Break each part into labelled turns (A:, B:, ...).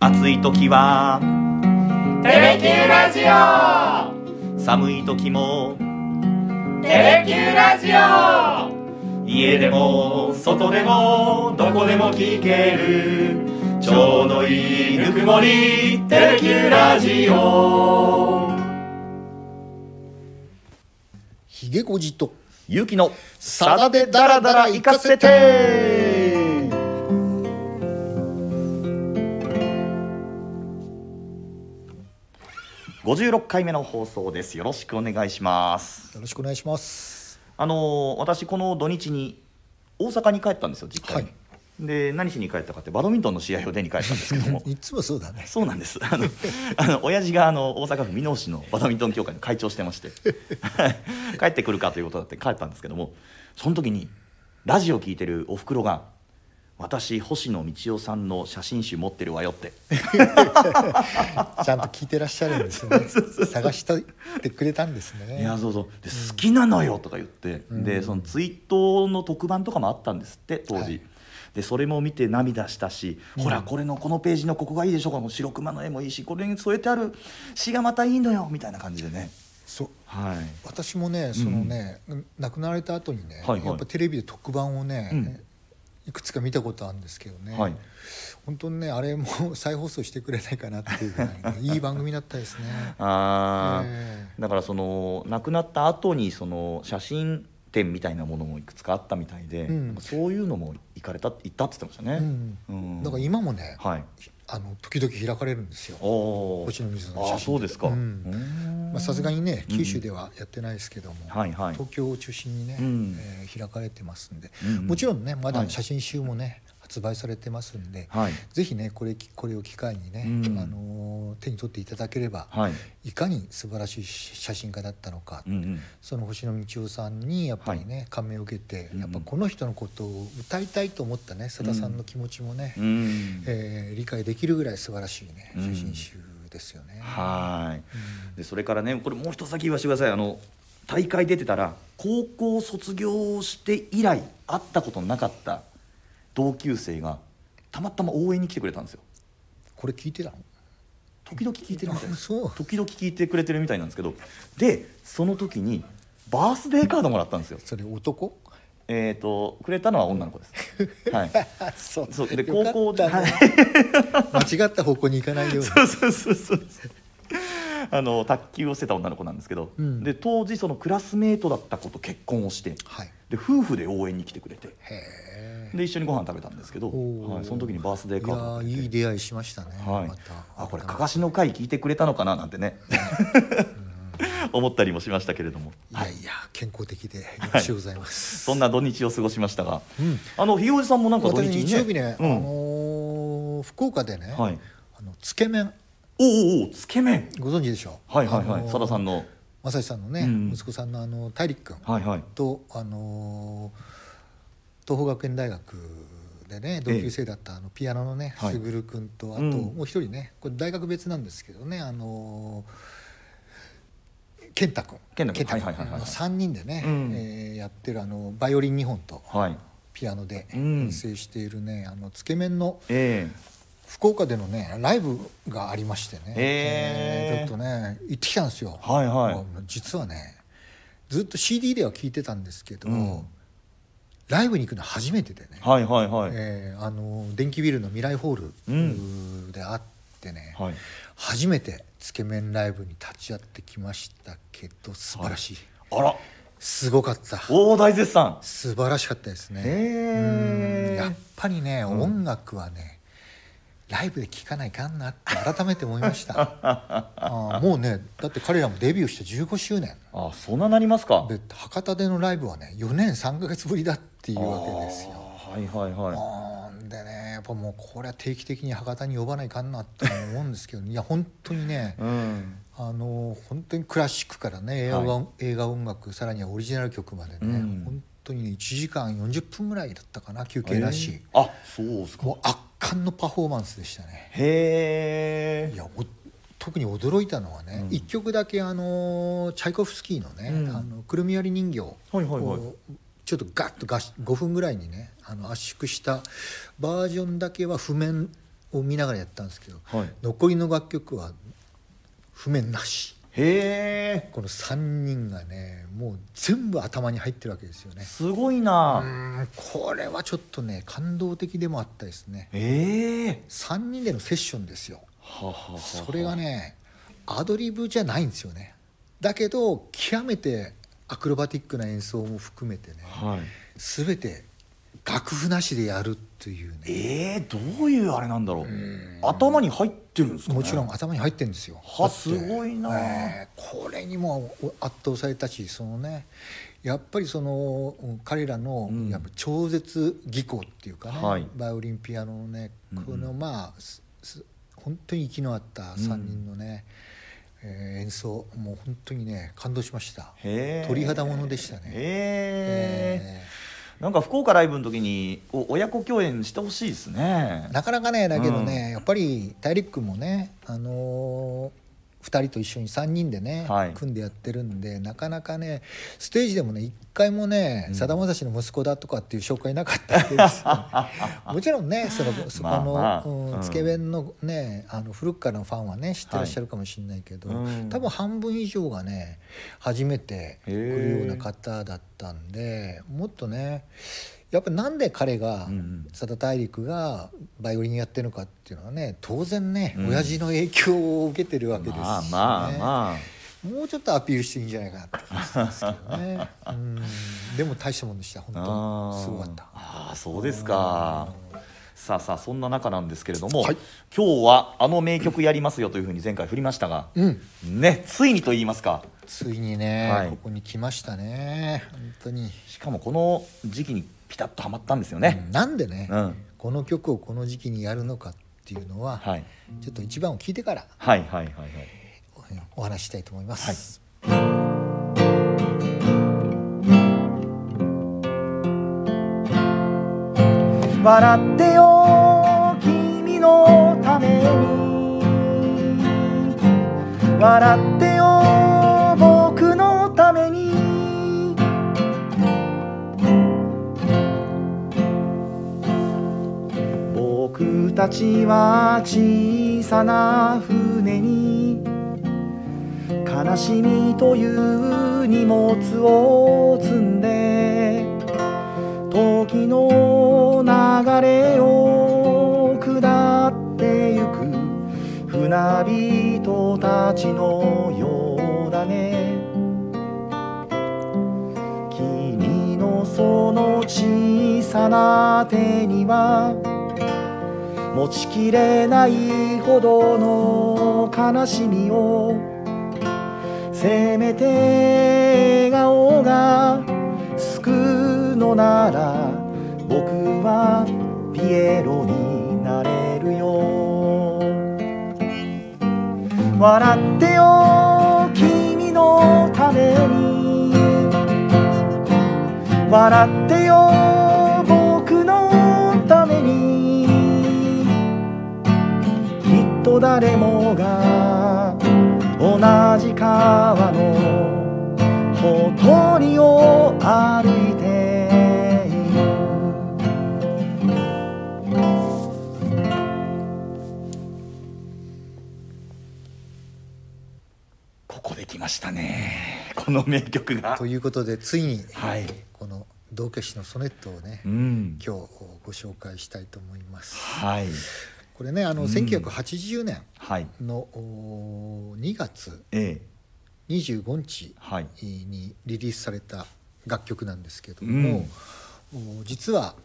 A: 暑い時は
B: テレキューラジオ
A: 寒い時も
B: テレキューラジオ
A: 家でも外でもどこでも聞けるちょうどいいぬくもりテレキューラジオ
C: ひげこじと
A: ゆうきの
C: さだでダラダラ行かせて
A: 56回目の放送ですよろしくお願いします
C: よろしくお願いします
A: あのー私この土日に大阪に帰ったんですよ実家に、
C: はい
A: で何しに帰ったかってバドミントンの試合を出に帰ったんですけども
C: いつもそうだね
A: そうなんですあのあの親父があの大阪府箕面市のバドミントン協会の会長してまして 帰ってくるかということだって帰ったんですけどもその時にラジオ聞いてるおふくろが「私星野道夫さんの写真集持ってるわよ」って
C: ちゃんと聞いてらっしゃるんで すね探したってくれたんです
A: い
C: ね
A: やそうそうで好きなのよとか言って、でそのツイートの特番とかもあったんですって当時、
C: はい
A: でそれも見て涙したし、ほらこれのこのページのここがいいでしょこの白熊の絵もいいしこれに添えてある詩がまたいいのよみたいな感じでね
C: そう
A: はい
C: 私もねそのね、亡くなられた後にね、
A: はいはい
C: やっぱテレビで特番をね、
A: うん
C: いくつか見たことあるんですけどね、
A: はい
C: 本当にねあれも 再放送してくれないかなっていうぐらいね、いい番組だったですね。
A: あー、
C: え
A: だからその亡くなった後にその写真展みたいなものもいくつかあったみたいで、
C: うん
A: なんかそういうのも行かれた行ったって言ってましたね、
C: うん
A: うん
C: だから今もね、
A: はい
C: あの時々開かれるんですよ。
A: おー
C: 星野水の写真
A: あーそうですか
C: うん
A: うん
C: まあさすがにね九州ではやってないですけども、
A: はいはい
C: 東京を中心にね、
A: うん
C: えー開かれてますんで、
A: うんうん
C: もちろんねま
A: は
C: だ
A: い
C: 写真集もね、発売されてますんで、
A: はい
C: ぜひねこれきこれを機会にね、
A: うん
C: あのー手に取っていただければ、
A: はい
C: い、かに素晴らしい写真家だったのか、
A: うんうん
C: その星野道夫さんにやっぱりね、感銘を受けて、
A: うん
C: やっぱこの人のことを歌いたいと思ったねさださんの気持ちもね、
A: うん
C: えー理解できるぐらい素晴らしいね
A: うん
C: 写真集ですよね。
A: はー
C: う
A: いでそれからねこれもう一つだけ言わせてくださいあの大会出てたら高校卒業して以来会ったことのなかった同級生がたまたま応援に来てくれたんですよ
C: これ聞いてたの
A: 時々聞いてるみたいです
C: そう
A: 時々聞いてくれてるみたいなんですけどでその時にバースデーカードもらったんですよ
C: それ男
A: えっ、とくれたのは女の子ですはい
C: そ
A: そうで
C: よ
A: 高
C: かった
A: 校で、
C: ね間違った方向に行かないように
A: そうそうそうそう あの卓球をしてた女の子なんですけど、
C: うん
A: で当時そのクラスメートだった子と結婚をして
C: はい
A: で夫婦で応援に来てくれて
C: へえ
A: で一緒にご飯食べたんですけど、
C: おー
A: はい、その時にバースデーカードもらっ
C: い
A: て
C: やーいい出会いしましたね、
A: はい
C: また、
A: あこれかかしの会聞いてくれたのかななんてね 思ったりもしましたけれども、
C: いやいや健康的でよろしゅうございます、
A: そんな土日を過ごしましたが、
C: うん
A: あのひよじさんもなんか土
C: 私
A: 日にね
C: 日曜日ね、
A: う
C: あの
A: ん、
C: ー福岡でね、
A: はい
C: あのつけ麺
A: おうおうつけ麺
C: ご存知でしょう
A: はいはいはい、
C: あのー
A: さださんの
C: 正志さんのね、
A: うん
C: 息子さんのあの大陸君
A: はいはい
C: と、あのー東邦学園大学でね同級生だったあのピアノのね
A: はい
C: 卓、く君とあと、
A: うん
C: もう一人ねこれ大学別なんですけどねあのー健太君
A: 健太君
C: 君
A: はいはいはいはい
C: の3人でね、
A: うん
C: えーやってるあのバイオリン2本と
A: はい
C: ピアノで
A: うん
C: 編成しているね、あのつけ麺の
A: え
C: 福岡でのねライブがありましてね、
A: へー
C: ちょっとね行ってきたんですよ、
A: はいはい
C: もう実はねずっと CD では聞いてたんですけど、
A: うん
C: ライブに行くの初めてでね、
A: えはいはいはい、
C: えーあの電気ビルの未来ホール
A: う
C: であってね、
A: はい
C: 初めてつけ麺ライブに立ち会ってきましたけど素晴らしい、
A: あら
C: すごかった
A: 大大絶賛
C: 素晴らしかったですね、
A: へー
C: うんやっぱりね、音楽はねライブで聴かないかんなって改めて思いました あーもうねだって彼らもデビューして15周年
A: あそんななりますか
C: で博多でのライブはね4年3ヶ月ぶりだっていうわけですよ
A: あーはいはいは
C: あーでねやっぱもうこれは定期的に博多に呼ばないかんなって思うんですけどいや本当にね
A: いうん
C: あの本当にクラシックからね映画,、
A: は
C: 映画音楽さらにはオリジナル曲までね、
A: うん
C: 本当にね1時間40分ぐらいだったかな休憩なし、
A: えーあそうですか
C: もう圧巻のパフォーマンスでしたね
A: へえ
C: いやお特に驚いたのはね、
A: うん
C: 一曲だけあのチャイコフスキーのね「
A: うん
C: あのくるみ割り人形」
A: はいはいはい
C: をちょっとガッとガシ5分ぐらいにねあの圧縮したバージョンだけは譜面を見ながらやったんですけど、
A: はい
C: 残りの楽曲は譜面なし
A: へえ
C: この3人がねもう全部頭に入ってるわけですよね
A: すごいうな
C: ーんこれはちょっとね感動的でもあったですね
A: ええ
C: 3人でのセッションですよ
A: はあはあはあ
C: それがねアドリブじゃないんですよねだけど極めてアクロバティックな演奏も含めてね
A: はい
C: 全て楽譜なしでやるっていうね
A: ええどういうあれなんだろう頭に入ってるんですか、ね、
C: もちろん
A: は
C: 頭に入ってるんですよ。
A: は
C: だって
A: すごいな
C: ええこれにも圧倒されたしそのねやっぱりそのうん彼らの
A: うん
C: やっぱ超絶技巧っていうかね、
A: はい
C: バイオリンピアノのねこのまあ、すす本当に息の合った3人のね、えー演奏もう本当にね感動しました
A: へえ
C: 鳥肌ものでしたね
A: へえ
C: え
A: なんか福岡ライブの時にこう親子共演してほしいですね
C: ーなかなかねだけどね、やっぱり大陸君もねあのー2人と一緒に3人でね、
A: はい
C: 組んでやってるんでなかなかねステージでもね一回もねさだまさしの息子だとかっていう紹介なかったわけです よ、もちろんねそのそこ
A: まあ
C: の、
A: まあ
C: う、
A: うんん
C: つけ麺のねあの古くからのファンはね知ってらっしゃるかもしれないけど、
A: はいうん
C: 多分半分以上がね初めて来るような方だったんでもっとねやっぱなんで彼が
A: うんうん
C: 佐田大陸がバイオリンやってるのかっていうのはね当然ね、
A: うん
C: 親父の影響を受けてるわけですし、ね
A: まあまあまあ
C: もうちょっとアピールしていいんじゃないかなって感じですけど ねうんでも大したもんでした本当
A: あー
C: にすごかった。
A: あーそうですかさあさあそんな中なんですけれども、
C: はい
A: 今日はあの名曲やりますよというふうに前回振りましたが、
C: うん
A: ねついにと言いますか
C: ついにね、
A: はい
C: ここに来ましたね本当に、
A: しかもこの時期にピタッとはまったんですよね、
C: なんでね、
A: うん
C: この曲をこの時期にやるのかっていうのは、
A: はい、
C: ちょっと一番を聞いてから
A: はいはいはいはい
C: お話ししたいと思います、
A: 笑ってよ君のために笑ってよ僕のために僕たちは小さな船に悲しみという荷物を積んで時の流れを下ってゆく船人たちのようだね君のその小さな手には持ちきれないほどの悲しみをせめて笑顔が救うのなら僕はピエロになれるよ笑ってよ君のために笑ってよ僕のためにきっと誰もが同じ川のほとりを歩いているここできましたねこの名曲が
C: ということでついに、
A: はい
C: この「道化師のソネット」をね、
A: うん
C: 今日ご紹介したいと思います
A: はい
C: これねあの、
A: うん
C: 1980年
A: はい
C: のおー2月
A: ええ
C: 25日
A: はい
C: にリリースされた楽曲なんですけども、お実は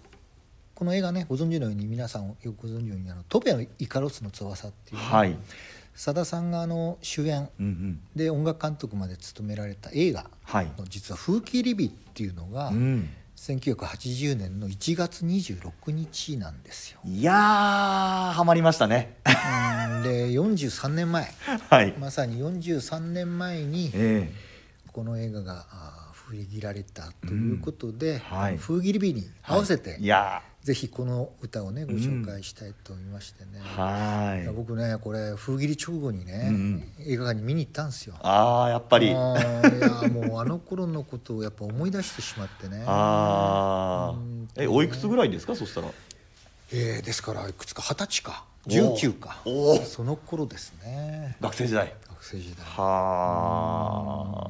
C: この映画ねご存知のように皆さんよくご存知のように「あのトベのイカロスの翼」っていうね、
A: はい
C: さださんがあの主演
A: うんうん
C: で音楽監督まで務められた映画
A: はい
C: の実は「風紀リビ」っていうのが
A: うん
C: 1980年の1月26日なんですよ。
A: いやーはまりましたね
C: うんで43年前
A: はい
C: まさに43年前に
A: え
C: この映画があー封切られたということで、
A: はい
C: 封切り日に合わせて、
A: えいや
C: ぜひこの歌をねご紹介したいと思いましてね、
A: ーはいい
C: や僕ねこれ封切り直後にね、
A: うん
C: 映画館に見に行ったんですよ。
A: ああやっぱり
C: あーいやもうあの頃のことをやっぱ思い出してしまってね
A: ああ
C: うん
A: えおいくつぐらいですかそしたら
C: えーですからいくつか二十歳か19か
A: おー
C: その頃ですね
A: 学生時代
C: 学生時代
A: はあ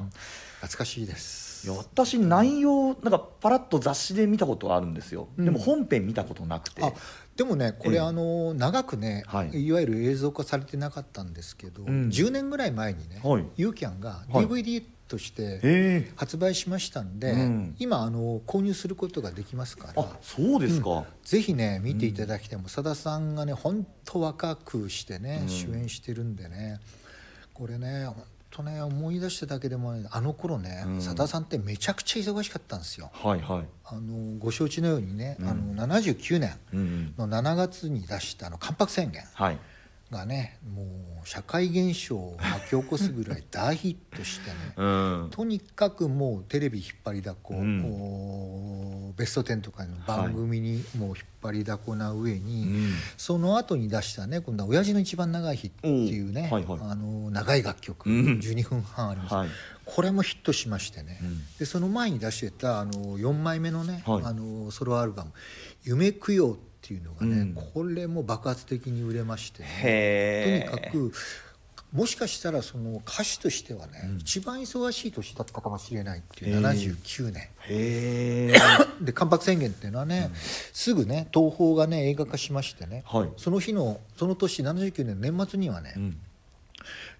C: 懐かしいです
A: いや私内容なんかパラッと雑誌で見たことはあるんですよ、
C: うん
A: でも本編見たことなくて
C: あでもねこ
A: ええ
C: れあの長くね、
A: はい
C: い、わゆる映像化されてなかったんですけど、
A: うん
C: 10年ぐらい前にね、
A: はい
C: ユーキャンが
A: はい
C: DVD として
A: え
C: 発売しましたんで、
A: うん
C: 今あの購入することができますか
A: え
C: ら
A: あそうですか、
C: ぜひね見ていただきたい、もうさださんがね本当若くしてね、
A: うん
C: 主演してるんでねこれね本当ね思い出しただけでもねあの頃ね
A: うん
C: さだ、さんってめちゃくちゃ忙しかったんですよ。
A: はいはい
C: あのご承知のようにね、
A: うん
C: あの79年
A: うんうん
C: の7月に出したあの関白宣言
A: はい
C: がねもう社会現象を巻き起こすぐらい大ヒットしてね
A: うん
C: とにかくもうテレビ引っ張りだこ、
A: うん
C: こうベスト10とかの番組にもう引っ張りだこな上に、
A: うん
C: その後に出したね今度は「親父の一番長い日」っていうね、
A: おうはいはい
C: あの長い楽曲、
A: うん
C: 12分半あります、
A: はい
C: これもヒットしましてね、
A: うん
C: でその前に出してたあの4枚目のね、
A: はい
C: あのソロアルバム「夢供養」っていうのがね、
A: うん
C: これも爆発的に売れましてね、とに
A: へえ
C: かくもしかしたらその歌手としてはね、
A: うん
C: 一番忙しい年だったかもしれないってい
A: へ
C: う
A: ー
C: 79年、
A: へえ
C: で「関白宣言」っていうのはね、すぐね東宝がね映画化しましてね、
A: はい
C: その日のその年79年の年末にはね、
A: うん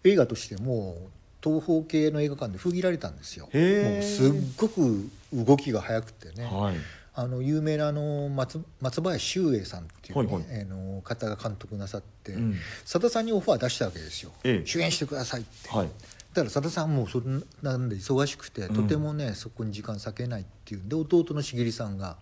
C: 映画としてもう東宝系の映画館で封切られたんですよ。
A: へー
C: もうすっごく動きが速くてね、
A: はい
C: あの有名なあの松松林秀英さんっていう、ね
A: はいはい
C: あの方が監督なさって、
A: うん
C: さださんにオファー出したわけですよ、
A: ええ
C: 主演してくださいって、
A: はい
C: だからさださんもうそれなんで忙しくて、
A: うん
C: とてもねそこに時間割けないっていうんで弟の茂さ んが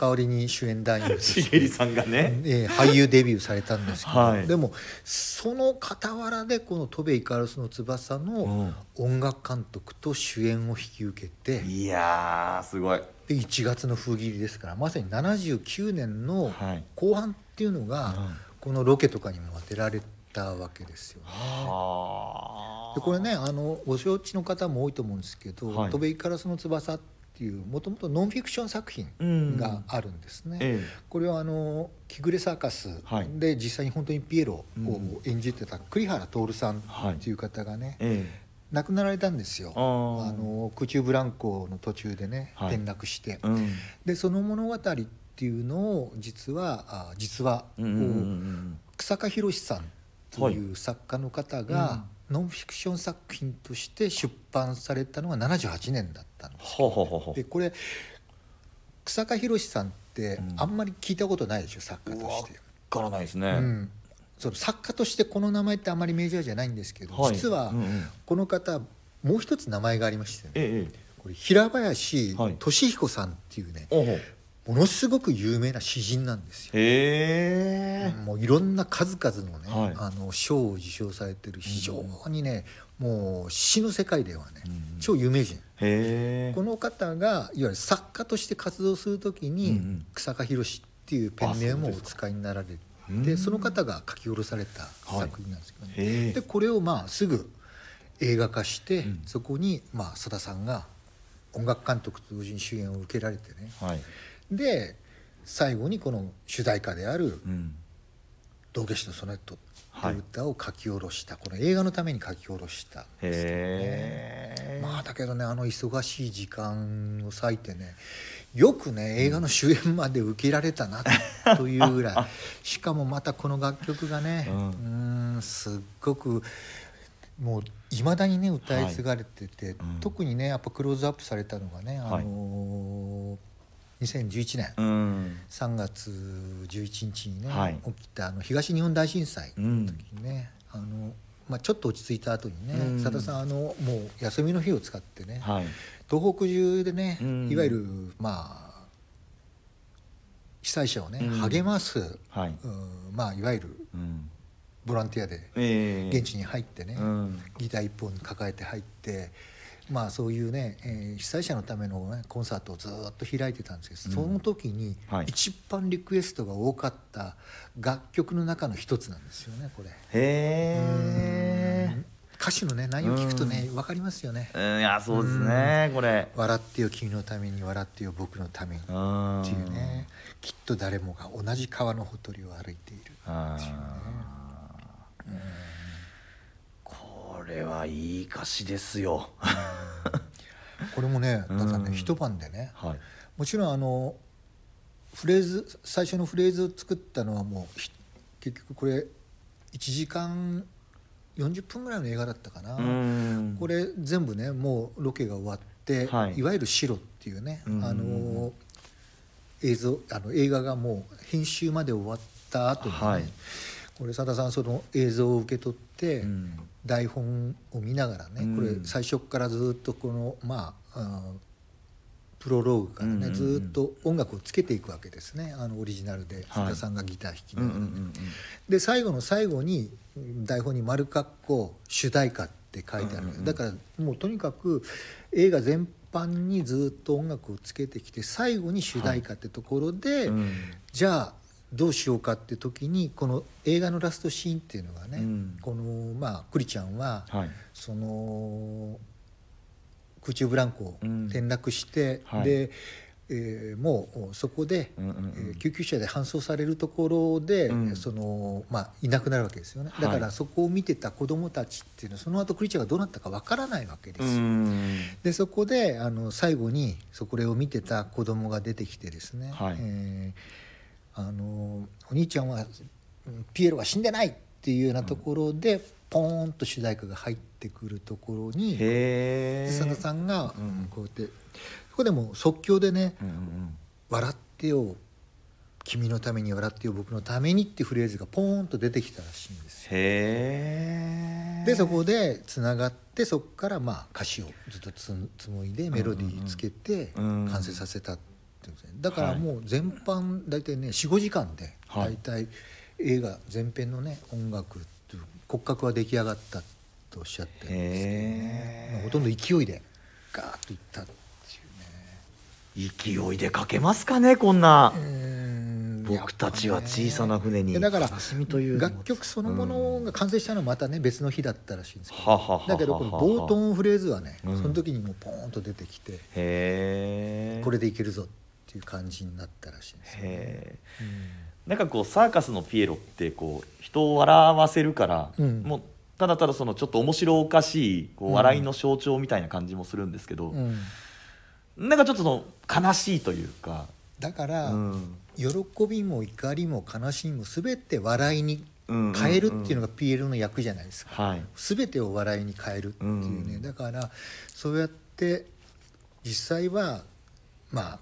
C: 代わりに主演男優と
A: し
C: し
A: げり
C: て、
A: さんがね
C: えー俳優デビューされたんですけど、
A: はい
C: でもその傍らでこの「戸部イカルスの翼」の音楽監督と主演を引き受けて、
A: いやーすごい
C: で1月の封切りですからまさに79年の
A: はい
C: 後半っていうのが、
A: うん
C: このロケとかにも当てられたわけですよね。
A: はあ
C: でこれねあのご承知の方も多いと思うんですけど「
A: はい
C: 飛べイカラスの翼」っていうもともとノンフィクション作
A: うん
C: 品があるんですね。
A: え
C: これはあの「キグレサーカス
A: はい」
C: で実際に本当にピエロを
A: うん
C: 演じてた栗原徹さんっていう方がね、
A: ええ
C: 亡くなられたんですよ。
A: あー
C: あの空中ブランコの途中でね、
A: はい
C: 転落して、
A: えうん
C: でその物語っていうのを実はあ実は、
A: うんうんうんうん
C: 草加博さんという作家の方が、
A: は
C: ノンフィクション作品として出版されたのが78年だったんです。
A: ほうほうほうほう
C: でこれ草加博さんって
A: うん
C: あんまり聞いたことないでしょ作家として。
A: わからないですね、
C: うん、その作家としてこの名前ってあんまりメジャーじゃないんですけど、
A: はい
C: 実は
A: うんうん
C: この方もう一つ名前がありましてね、
A: ええ
C: これ平林
A: はい
C: 俊彦さんっていうね、
A: ええおうほう
C: ものすごく有名な詩人なんですよ。
A: へえ
C: もういろんな数々のね、
A: はい
C: あの賞を受賞されてる非常にね、もう詩の世界ではね、超有名人。
A: へえ
C: この方がいわゆる作家として活動するとき
A: うんう
C: に
A: ん
C: 草加博っていうペンネームをお使いになられて
A: うですかう
C: で
A: ん
C: その方が書き下ろされた
A: はい
C: 作品なんですけどね、
A: へえ
C: でこれをまあすぐ映画化して、
A: ん
C: そこにまあさださんが音楽監督と同時に主演を受けられてね
A: はい
C: で最後にこの主題歌である
A: うん
C: 「道化師のソネット」っていう歌を書き下ろした、この映画のために書き下ろした
A: へえ
C: まあだけどねあの忙しい時間を割いてねよくね映画の主演まで受けられたなという ぐらいしかもまたこの楽曲がね
A: う
C: うんーんすっごくもういまだにね歌い継がれてて、
A: うん
C: 特にねやっぱクローズアップされたのがね、
A: はい
C: あのー2011年
A: うん
C: 3月11日にね、
A: はい
C: 起きたあの東日本大震災
A: うん
C: ねあの、まあ、ちょっと落ち着いた後にね
A: うん
C: さだ、さんあのもう休みの日を使ってね、
A: はい
C: 東北中でね、
A: うん
C: いわゆるまあ被災者をね、
A: うん
C: 励ます、
A: はい
C: うんまあ、いわゆる
A: うん
C: ボランティアで
A: ええ
C: 現地に入ってね、
A: うん
C: ギター一本抱えて入って。まあそういうね、えー被災者のための、ね、コンサートをずーっと開いてたんですけど、
A: うん
C: その時に
A: はい
C: 一番リクエストが多かった楽曲の中の一つなんですよねこれ。
A: へえ
C: うん歌詞のね内容聞くとね分かりますよね
A: うんいやそうですねこれ
C: 「笑ってよ君のために笑ってよ僕のために」っ
A: って
C: いうねきっと誰もが同じ川のほとりを歩いているっていうね
A: これはいい歌詞ですよ
C: これもねただ
A: うん
C: ね一晩でね
A: はい
C: もちろんあのフレーズ最初のフレーズを作ったのはもうひ結局これ1時間40分ぐらいの映画だったかな、
A: うん
C: これ全部ねもうロケが終わって、
A: はい
C: い、わゆる白っていうね、
A: うん
C: あの映像あの映画がもう編集まで終わった後にね、
A: はい
C: これさださんその映像を受け取って、
A: うん
C: 台本を見ながら
A: う
C: ね、
A: ん
C: これ最初からずっとこのまああープロローグからね、
A: うんうんうん
C: ずっと音楽をつけていくわけですねあのオリジナルで
A: はい
C: さださんがギター弾き
A: う
C: なが
A: ん
C: ら
A: う
C: ね、
A: んうん
C: で最後の最後にうん台本に「丸括弧主題歌」って書いてある、
A: うんうんうん
C: だからもうとにかく映画全般にずっと音楽をつけてきて最後に主題歌ってところで、
A: うん
C: じゃあどうしようかって時にこの映画のラストシーンっていうのがね、
A: うん
C: このまあ栗ちゃんは、
A: はい
C: その空中ブランコを
A: うん
C: 転落して、
A: はい
C: で、えーもうそこで、
A: うんうんうん
C: えー救急車で搬送されるところで、
A: うん
C: そのまあ、いなくなるわけですよね
A: はい
C: だからそこを見てた子どもたちっていうのはその後クリーチャーがどうなったかわからないわけです
A: う
C: よ。
A: ん
C: でそこであの最後にそこれを見てた子供が出てきてですね、
A: はい
C: えーあのお兄ちゃんはうんピエロは死んでないっていうようなところで、ポーンと主題歌が入ってくるところに
A: へえ
C: 佐田さんが
A: うん
C: こうやって、そこでもう即興でね
A: うんうん
C: 「笑ってよ君のために笑ってよ僕のために」っていうフレーズがポーンと出てきたらしいんですよ。
A: へえ
C: でそこでつながってそこからまあ歌詞をずっとつ紡いでメロディーつけて
A: うんうんうん
C: 完成させたっていうことですねだからもう全般大体ね45時間で
A: はい
C: 大体映画全編のね音楽っていう骨格は出来上がったとおっしゃってるんですけ
A: へ
C: どね
A: ー
C: まあほとんど勢いでガーッといったっていう
A: 勢いで書けますかねこんな
C: ね
A: 僕たちは小さな船に
C: だから
A: 悲しみというのを
C: 楽曲そのものが完成したのはまたね別の日だったらしいんですけど
A: はははは
C: だけどこの冒頭のフレーズはね、
A: うん
C: その時にもうポーンと出てきて、
A: へえ
C: これでいけるぞっていう感じになったらしいんですよ、
A: へえ
C: うん
A: なんかこうサーカスのピエロってこう人を笑わせるから、
C: うん
A: もうただただそのちょっと面白おかしいこう
C: うん
A: 笑いの象徴みたいな感じもするんですけど、
C: うん
A: なんかちょっとその悲しいというか、
C: だから、
A: うん
C: 喜びも怒りも悲しみも全て笑いに
A: うん
C: 変えるっていうのが PL の役じゃないですか、
A: はい、
C: 全てを笑いに変えるっていうね、
A: うん
C: だからそうやって実際はまあ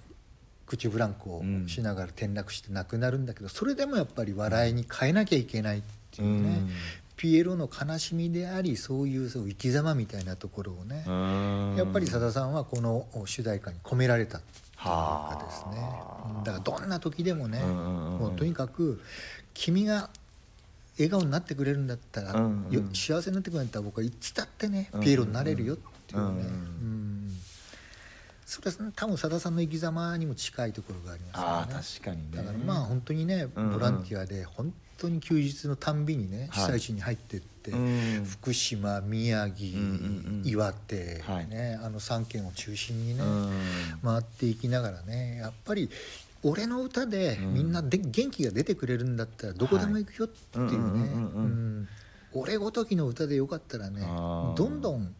C: 口ブランコをしながら転落して亡くなるんだけど、それでもやっぱり笑いに変えなきゃいけないっていうね、
A: うん
C: ピエロの悲しみでありそういうそう生き様みたいなところをね、
A: うん
C: やっぱりさださんはこの主題歌に込められたという
A: は
C: か
A: あ
C: ですねだからどんな時でもね、
A: うんうんうんうん
C: もうとにかく君が笑顔になってくれるんだったら、
A: うんうん
C: よ幸せになってくれるんだったら僕はいつだってねピエロになれるよっていうね、
A: うんうんうん
C: うんそれは多分さださんの生き様にも近いところがありますよね
A: ああ確かにね
C: だからまあ本当にね
A: うんうん
C: ボランティアで本当に休日のたんびにね
A: はい
C: 被災地に入ってっ
A: う
C: て、
A: ん
C: 福島宮城、
A: うんうんうん
C: 岩手、
A: はい
C: ね、あの3県を中心にね、
A: うん
C: 回っていきながらねやっぱり俺の歌で
A: うん
C: みんなで、元気が出てくれるんだったらどこでも行くよっていうね
A: はいうんうんうんうん
C: うん俺ごときの歌でよかったらね
A: あー
C: どんどん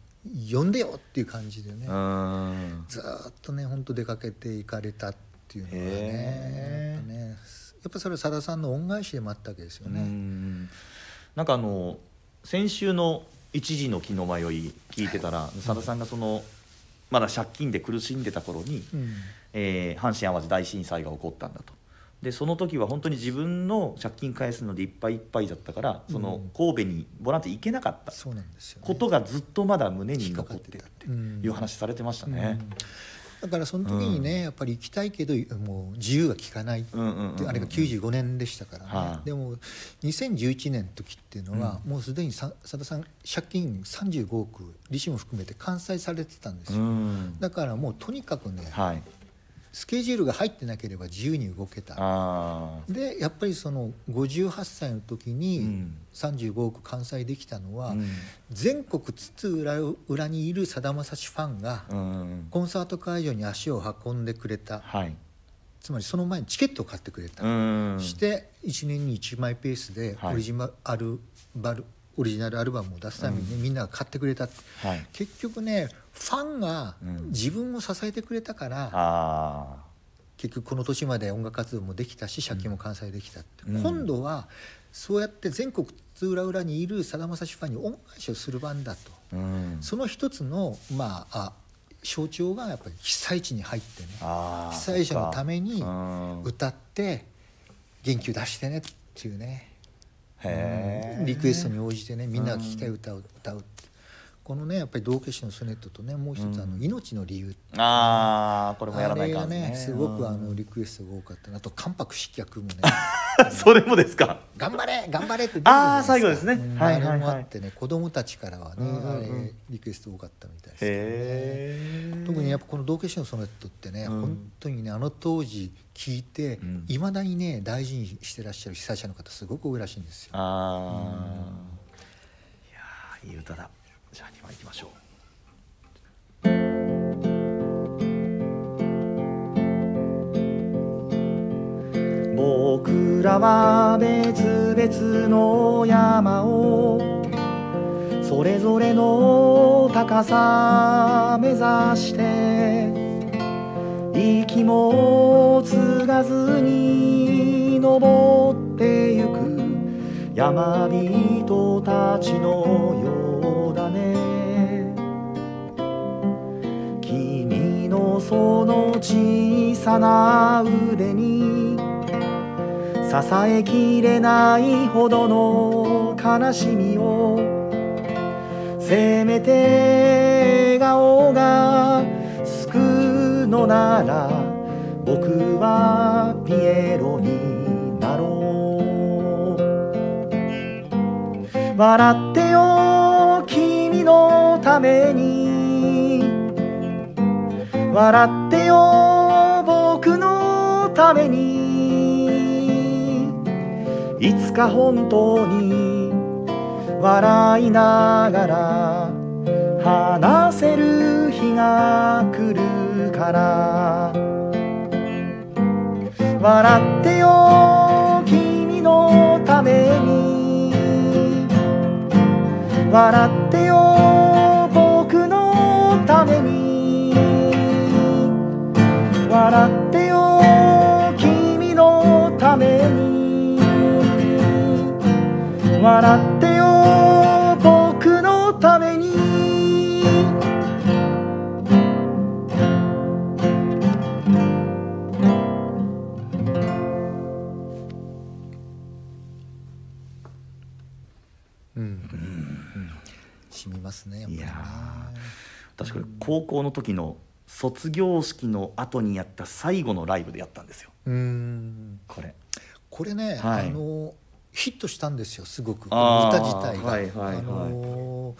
C: 呼んでよっていう感じでね
A: うん
C: ずーっとね本当出かけていかれたっていうのがね
A: へー
C: やっぱねやっぱそれはさださんの恩返しでもあったわけですよ
A: う
C: ね。
A: んなんかあの先週の一時の気の迷い聞いてたらさださんがそのまだ借金で苦しんでた頃に、
C: うん
A: えー阪神・淡路大震災が起こったんだと。でその時は本当に自分の借金返すのでいっぱいいっぱいだったからその
C: うん
A: 神戸にボランティア行けなかった
C: そうなんですよね、
A: ことがずっとまだ胸に残ってるって
C: 引っかかってたって
A: いう話されてましたね。
C: だからその時にね、やっぱり行きたいけどもう自由が利かないって、
A: うんうんうんうん
C: あれが95年でしたからね、
A: はい
C: でも2011年の時っていうのは、もうすでにささださん借金35億利子も含めて完済されてたんです
A: う
C: よ、
A: ん
C: だからもうとにかくね、
A: はい
C: スケジュールが入ってなければ自由に動けた
A: ああ
C: でやっぱりその58歳の時
A: う
C: に
A: ん
C: 35億完済できたのは、
A: うん
C: 全国津々浦々裏にいるさだまさしファンが
A: うん
C: コンサート会場に足を運んでくれた
A: はい
C: つまりその前にチケットを買ってくれた、
A: うん
C: して1年に1枚ペースで
A: はい
C: オリジナルバル、オリジナルアルバムを出すためにね、みんなが買ってくれたって
A: はい
C: 結局ねファンが
A: うん
C: 自分を支えてくれたから、
A: あ
C: 結局この年まで音楽活動もできたし借金も完済できたって、
A: うん
C: 今度はそうやって全国津々浦々にいるさだまさしファンに恩返しをする番だと、
A: あうん
C: その一つのまああ象徴がやっぱり被災地に入ってね
A: あー
C: 被災者のため
A: そ
C: に
A: っかうん
C: 歌って元気を出してねっていうね
A: へえ
C: リクエストに応じてねみんなが聴きたい歌を歌うってこのねやっぱり道化師のソネットとねもう一つあの「命の理由」
A: ああこれもや
C: あ
A: らない
C: れ
A: か
C: が
A: んです
C: ね
A: ね
C: すごくあ
A: うん
C: のリクエストが多かったなあと「関白失脚」もね
A: それもですか
C: 頑張れ頑張れって出てくるじゃない
A: あー最後ですね
C: うん
A: はいは
C: あ
A: いは
C: れ
A: い
C: もあってね子供たちからはね
A: うんうん
C: あ
A: うん
C: れリクエスト多かったみたいですね
A: へえ
C: 特にやっぱこの「道化師のソネット」ってね、
A: うん
C: 本当にねあの当時聞いて
A: うん
C: いま、未だにね大事にしてらっしゃる被災者の方すごく多いらしいんですよ。
A: ああいやーいい歌だじゃあ2番いきましょう僕らは別々の山をそれぞれの高さ目指して息も継がずに登ってゆく山人たちのようだね君のその小さな腕に支えきれないほどの悲しみをせめて笑顔が救うのなら僕はピエロになろう笑ってよ君のために笑ってよ僕のためにいつか本当に笑いながら話せる日が来るから笑ってよ君のために笑ってよ僕のために笑ってよ君のために笑ってよ僕のために
C: うん染みますねやっぱりね
A: いや私これ高校の時の卒業式の後にやった最後のライブでやったんですよ
C: うん
A: これ
C: これね、
A: はい
C: あのヒットしたんですよすごく
A: あー
C: 歌自体が。
A: はいはいはい
C: あの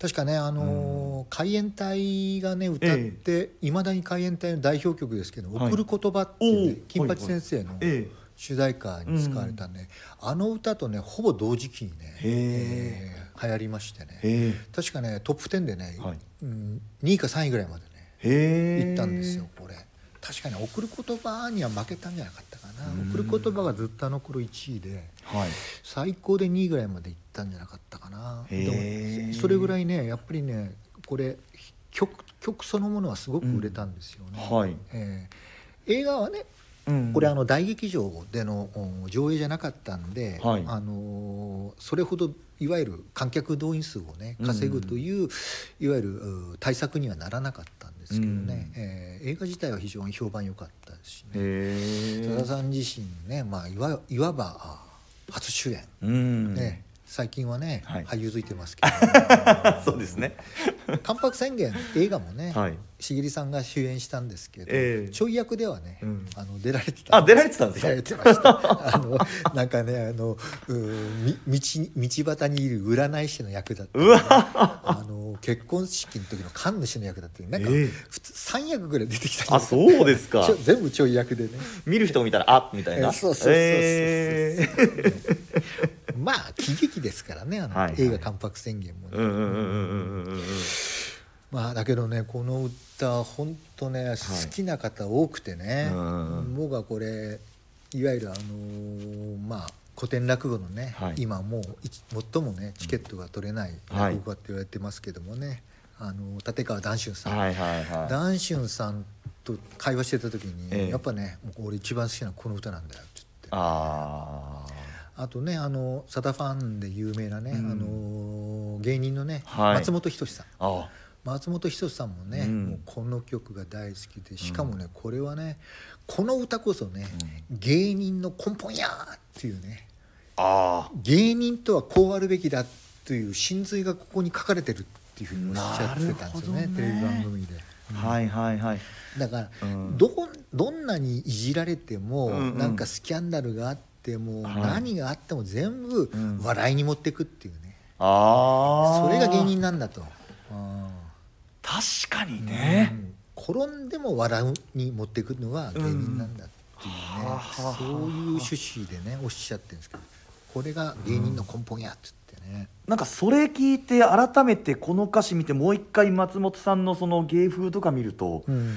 C: 確かね、あの海援隊がね歌っていま、未だに海援隊の代表曲ですけど「
A: はい
C: 贈る言葉」っていう、ね
A: おー
C: 金八先生の
A: ええ
C: 主題歌に使われたね、あの歌とねほぼ同時期にね、
A: へ
C: えー流行りましてね
A: へ
C: 確かねトップ10でね、
A: はい
C: うん、2位か3位ぐらいまでね
A: え
C: 行ったんですよこれ確かに「送る言葉」には負けたんじゃなかったかな
A: うん
C: 「送る言葉」がずっとあの頃1位で
A: はい
C: 最高で2位ぐらいまで行ったんじゃなかったかな
A: へー
C: でもそれぐらいねやっぱりねこれ曲曲そのものはすごく売れたんですよね、
A: はい、
C: えー映画はね
A: うん
C: これあの大劇場でのお上映じゃなかったんで、
A: はい
C: あのーそれほどいわゆる観客動員数をね稼ぐという、いわゆるう対策にはならなかったんですけどね、
A: う
C: えー映画自体は非常に評判良かったしね
A: へ
C: 多田さん自身ね、まあ、いわいわばあ初主演、
A: うん
C: ね最近はね、
A: はい
C: 俳優づいてますけ
A: そうですね
C: ど「関白宣言」映画もね、
A: はい
C: しげりさんが主演したんですけど、
A: ええ
C: ちょい役ではね、
A: うん
C: あの出られてた
A: あ出られてたんです
C: や
A: よ
C: られてました。あ のなんかねあのうーみ道に道端にいる占い師の役だった。
A: うわ
C: あのもう結婚式の時の神主の役だってなんか
A: ええ
C: 普通3役ぐらい出てきたり
A: あそうですか
C: ちょ全部ちょい役でね
A: 見る人を見たらあみたいな
C: そうそうそうそうそう
A: えー
C: まあ喜劇ですからねあの、
A: はいはい
C: 映画「関白宣言」もね、
A: うんうんうんうんうんうんうん
C: まあだけどねこの歌本当ね好きな方多くてね、
A: うんうん
C: 僕はこれいわゆるあのーまあ古典落語のね、
A: はい
C: 今もういち最もねチケットが取れない
A: うんはい
C: 落語家って言われてますけどもね、あのー立川談春さん、
A: はいはいは
C: ダンシュンさんと会話してた時に、
A: ええ
C: やっぱねもう俺一番好きなのはこの歌なんだよって
A: い
C: 言って
A: あ
C: あとねあのサタファンで有名なね、
A: うん
C: あの芸人のね、
A: はい
C: 松本人志さん
A: ーあ
C: 松本人志さんもね、
A: うん
C: もうこの曲が大好きでしかもねこれはねこの歌こそね、芸人の根本やーっていうね
A: あ
C: 芸人とはこうあるべきだという真髄がここに書かれてるっていうふうにおっしゃってたんですよ
A: なる
C: ね
A: ほどね
C: テレビ番組で。
A: ーはいはいはい
C: だか
A: う
C: ら、
A: ん
C: どこどんなにいじられても、
A: うんうん
C: なんかスキャンダルがあっても、
A: はい
C: 何があっても全部
A: うん
C: 笑いに持っていくっていうね、
A: ああ
C: それが芸人なんだと、うん
A: 確かにね、
C: うん転んでも笑うに持っていくのが芸人なんだっていうね、
A: うんはあはあ
C: そういう趣旨でねおっしゃってるんですけどこれが芸人の根本やっつってね、
A: なんかそれ聞いて改めてこの歌詞見てもう一回松本さんのその芸風とか見ると
C: うん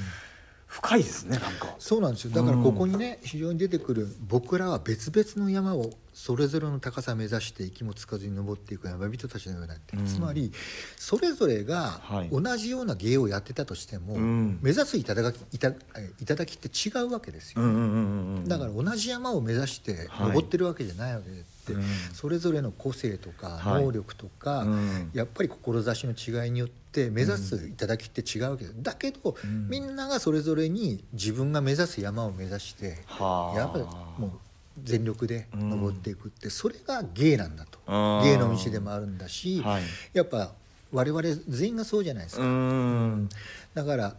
A: 深いですねなんか
C: そうなんですよだからここにね、非常に出てくる僕らは別々の山をそれぞれの高さを目指して息もつかずに登っていく山人たちのようなって、
A: うん
C: つまりそれぞれが
A: はい
C: 同じような芸をやってたとしても、
A: うん
C: 目指す頂きいたえ頂きって違うわけですよ、
A: うんうんうんうん
C: だから同じ山を目指して
A: はい
C: 登ってるわけじゃないわけでって、
A: うん
C: それぞれの個性とか
A: はい
C: 能力とか、
A: うん
C: やっぱり志の違いによって目指す頂きって違うわけでだけど、
A: ん
C: みんながそれぞれに自分が目指す山を目指して、
A: はあ
C: やっぱりもう全力で登っていくって、それが芸なんだと
A: うん
C: 芸の道でもあるんだし、
A: はい
C: やっぱ我々全員がそうじゃないですか
A: う。ん
C: だから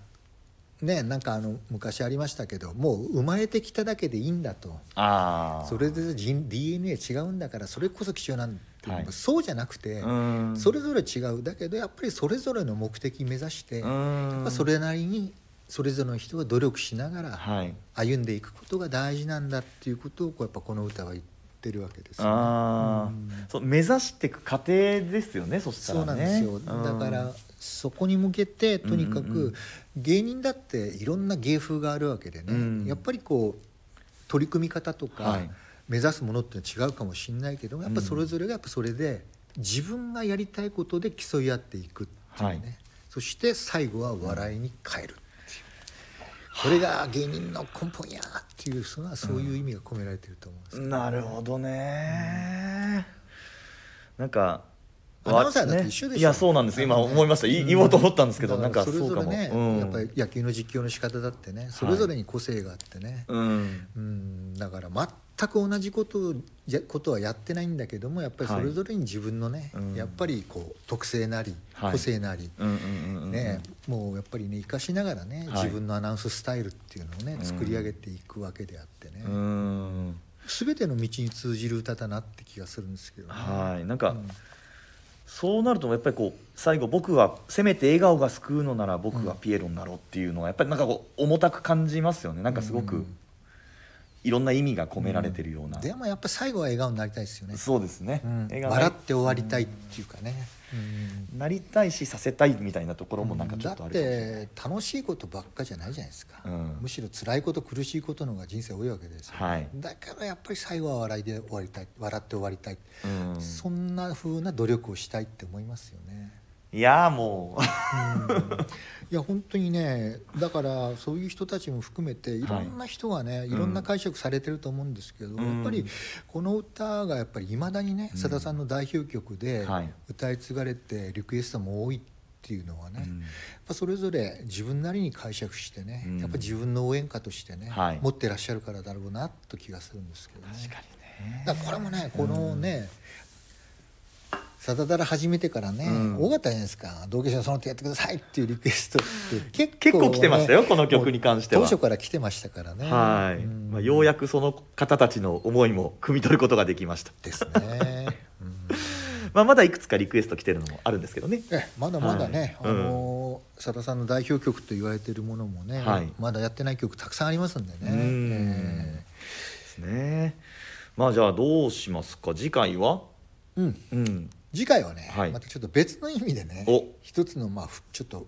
C: ねなんかあの昔ありましたけどもう生まれてきただけでいいんだと
A: ああ
C: それで人 DNA 違うんだからそれこそ貴重なんて、
A: はい
C: そうじゃなくて、
A: うん
C: それぞれ違うだけどやっぱりそれぞれの目的目指し
A: う
C: て、や
A: ん
C: っぱそれなりにそれぞれの人が努力しながら
A: はい
C: 歩んでいくことが大事なんだっていうことをこうやっぱこの歌は言ってるわけですよね
A: ああ、そう目指していく過程ですよねそした
C: そう
A: ら
C: なん
A: ね
C: ですよ、だからそこに向けてとにか
A: うんうんう
C: く芸人だっていろんな芸風があるわけでね、
A: うん
C: やっぱりこう取り組み方とか、
A: はい
C: 目指すものって違うかもしれないけどやっぱそれぞれがやっぱそれで自分がやりたいことで競い合っていくっていうね、
A: はい
C: そして最後は笑いに変えるっていう。これが芸人の根本やっていうそのはそういう意味が込められてると思うんですけど、
A: なるほどね、なんか
C: アナウンサーだって一緒でしょ
A: ねいやそうなんです今思いました、い言おうと思ったんですけど、
C: だ
A: なんからそ
C: それ
A: う
C: ぞ
A: か
C: れ
A: も、
C: ね、
A: うん、
C: やっぱり野球の実況の仕方だってねそれぞれに個性があってね、
A: うん
C: うんだから全く同じことをやことはやってないんだけどもやっぱり
A: は
C: そ
A: い
C: れぞれに自分のね、
A: うん
C: やっぱりこう特性なり
A: はい
C: 個性なり、
A: うんうんうんうん
C: ねもうやっぱりね生かしながらね、
A: はい
C: 自分のアナウンススタイルっていうのをね
A: うん
C: 作り上げていくわけであってね、
A: うん
C: 全ての道に通じる歌だなって気がするんですけどね。
A: はいなんか、
C: うん
A: そうなるとやっぱりこう最後僕はせめて笑顔が救うのなら僕はピエロになろうっていうのはやっぱりなんかこう重たく感じますよねなんかすご
C: う
A: く
C: ん
A: いろんな意味が込められてるような、
C: でもやっぱ最後は笑顔になりたいですよね、
A: そうですね、
C: うん
A: 笑顔
C: 笑って終わりたいっていうかね、うん
A: なりたいしさせたいみたいなところもなんかちょっとあるかもしれない
C: だって楽しいことばっかじゃないじゃないですか、
A: うん
C: むしろ辛いこと苦しいことの方が人生多いわけですよ、
A: はい
C: だからやっぱり最後は笑いで終わりたい笑って終わりたい、
A: うん
C: そんな風な努力をしたいって思いますよね、
A: いやーも
C: いや本当にねだからそういう人たちも含めていろんな人がね、い、ろんな解釈されてると思うんですけど、
A: ん
C: やっぱりこの歌がやっぱりいまだにねさださんの代表曲で
A: はい
C: 歌い継がれてリクエストも多いっていうのはね、
A: う、うん
C: やっぱそれぞれ自分なりに解釈してね、
A: うん
C: やっぱ自分の応援歌としてね、
A: はい
C: 持ってらっしゃるからだろうなと気がするんですけどね
A: 確かにね
C: だからこれもねこのね、サダダラ始めてからね、
A: うん
C: 多かったじゃないですか同級生のその手やってくださいっていうリクエストって結構,、
A: 結構来てましたよこの曲に関しては
C: もう当初から来てましたからね
A: はい、
C: うん
A: まあ、ようやくその方たちの思いも汲み取ることができました
C: ですね、うん
A: まあ、まだいくつかリクエスト来てるのもあるんですけどね。
C: ええまだまだね、
A: はい
C: あのーさださんの代表曲と言われているものもね、
A: はい
C: まだやってない曲たくさんありますんでね。
A: うん
C: え
A: ですね。まあじゃあどうしますか次回は、
C: えうん
A: うん、
C: 次回はね、
A: はい
C: またちょっと別の意味でね
A: お
C: 一つのまあふちょっと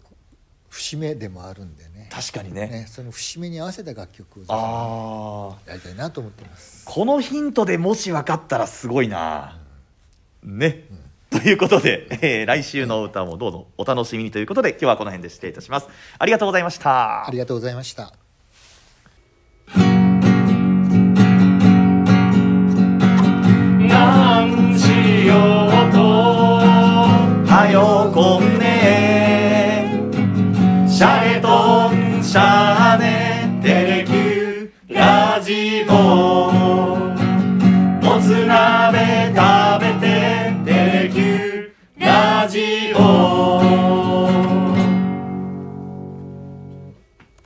C: 節目でもあるんでね
A: 確かにね
C: ねその節目に合わせた楽曲をぜひ
A: ああ
C: やりたいなと思ってます。
A: このヒントでもし分かったらすごいな。ね。ということで、えー来週の歌もどうぞお楽しみにということで今日はこの辺で失礼いたします。ありがとうございました
C: あ。りがとうございました。
B: なんしようと
A: はよこんね
B: シャレとん
A: シャーネテレキュー
B: ラジオもつ鍋食べてテレキューラジオ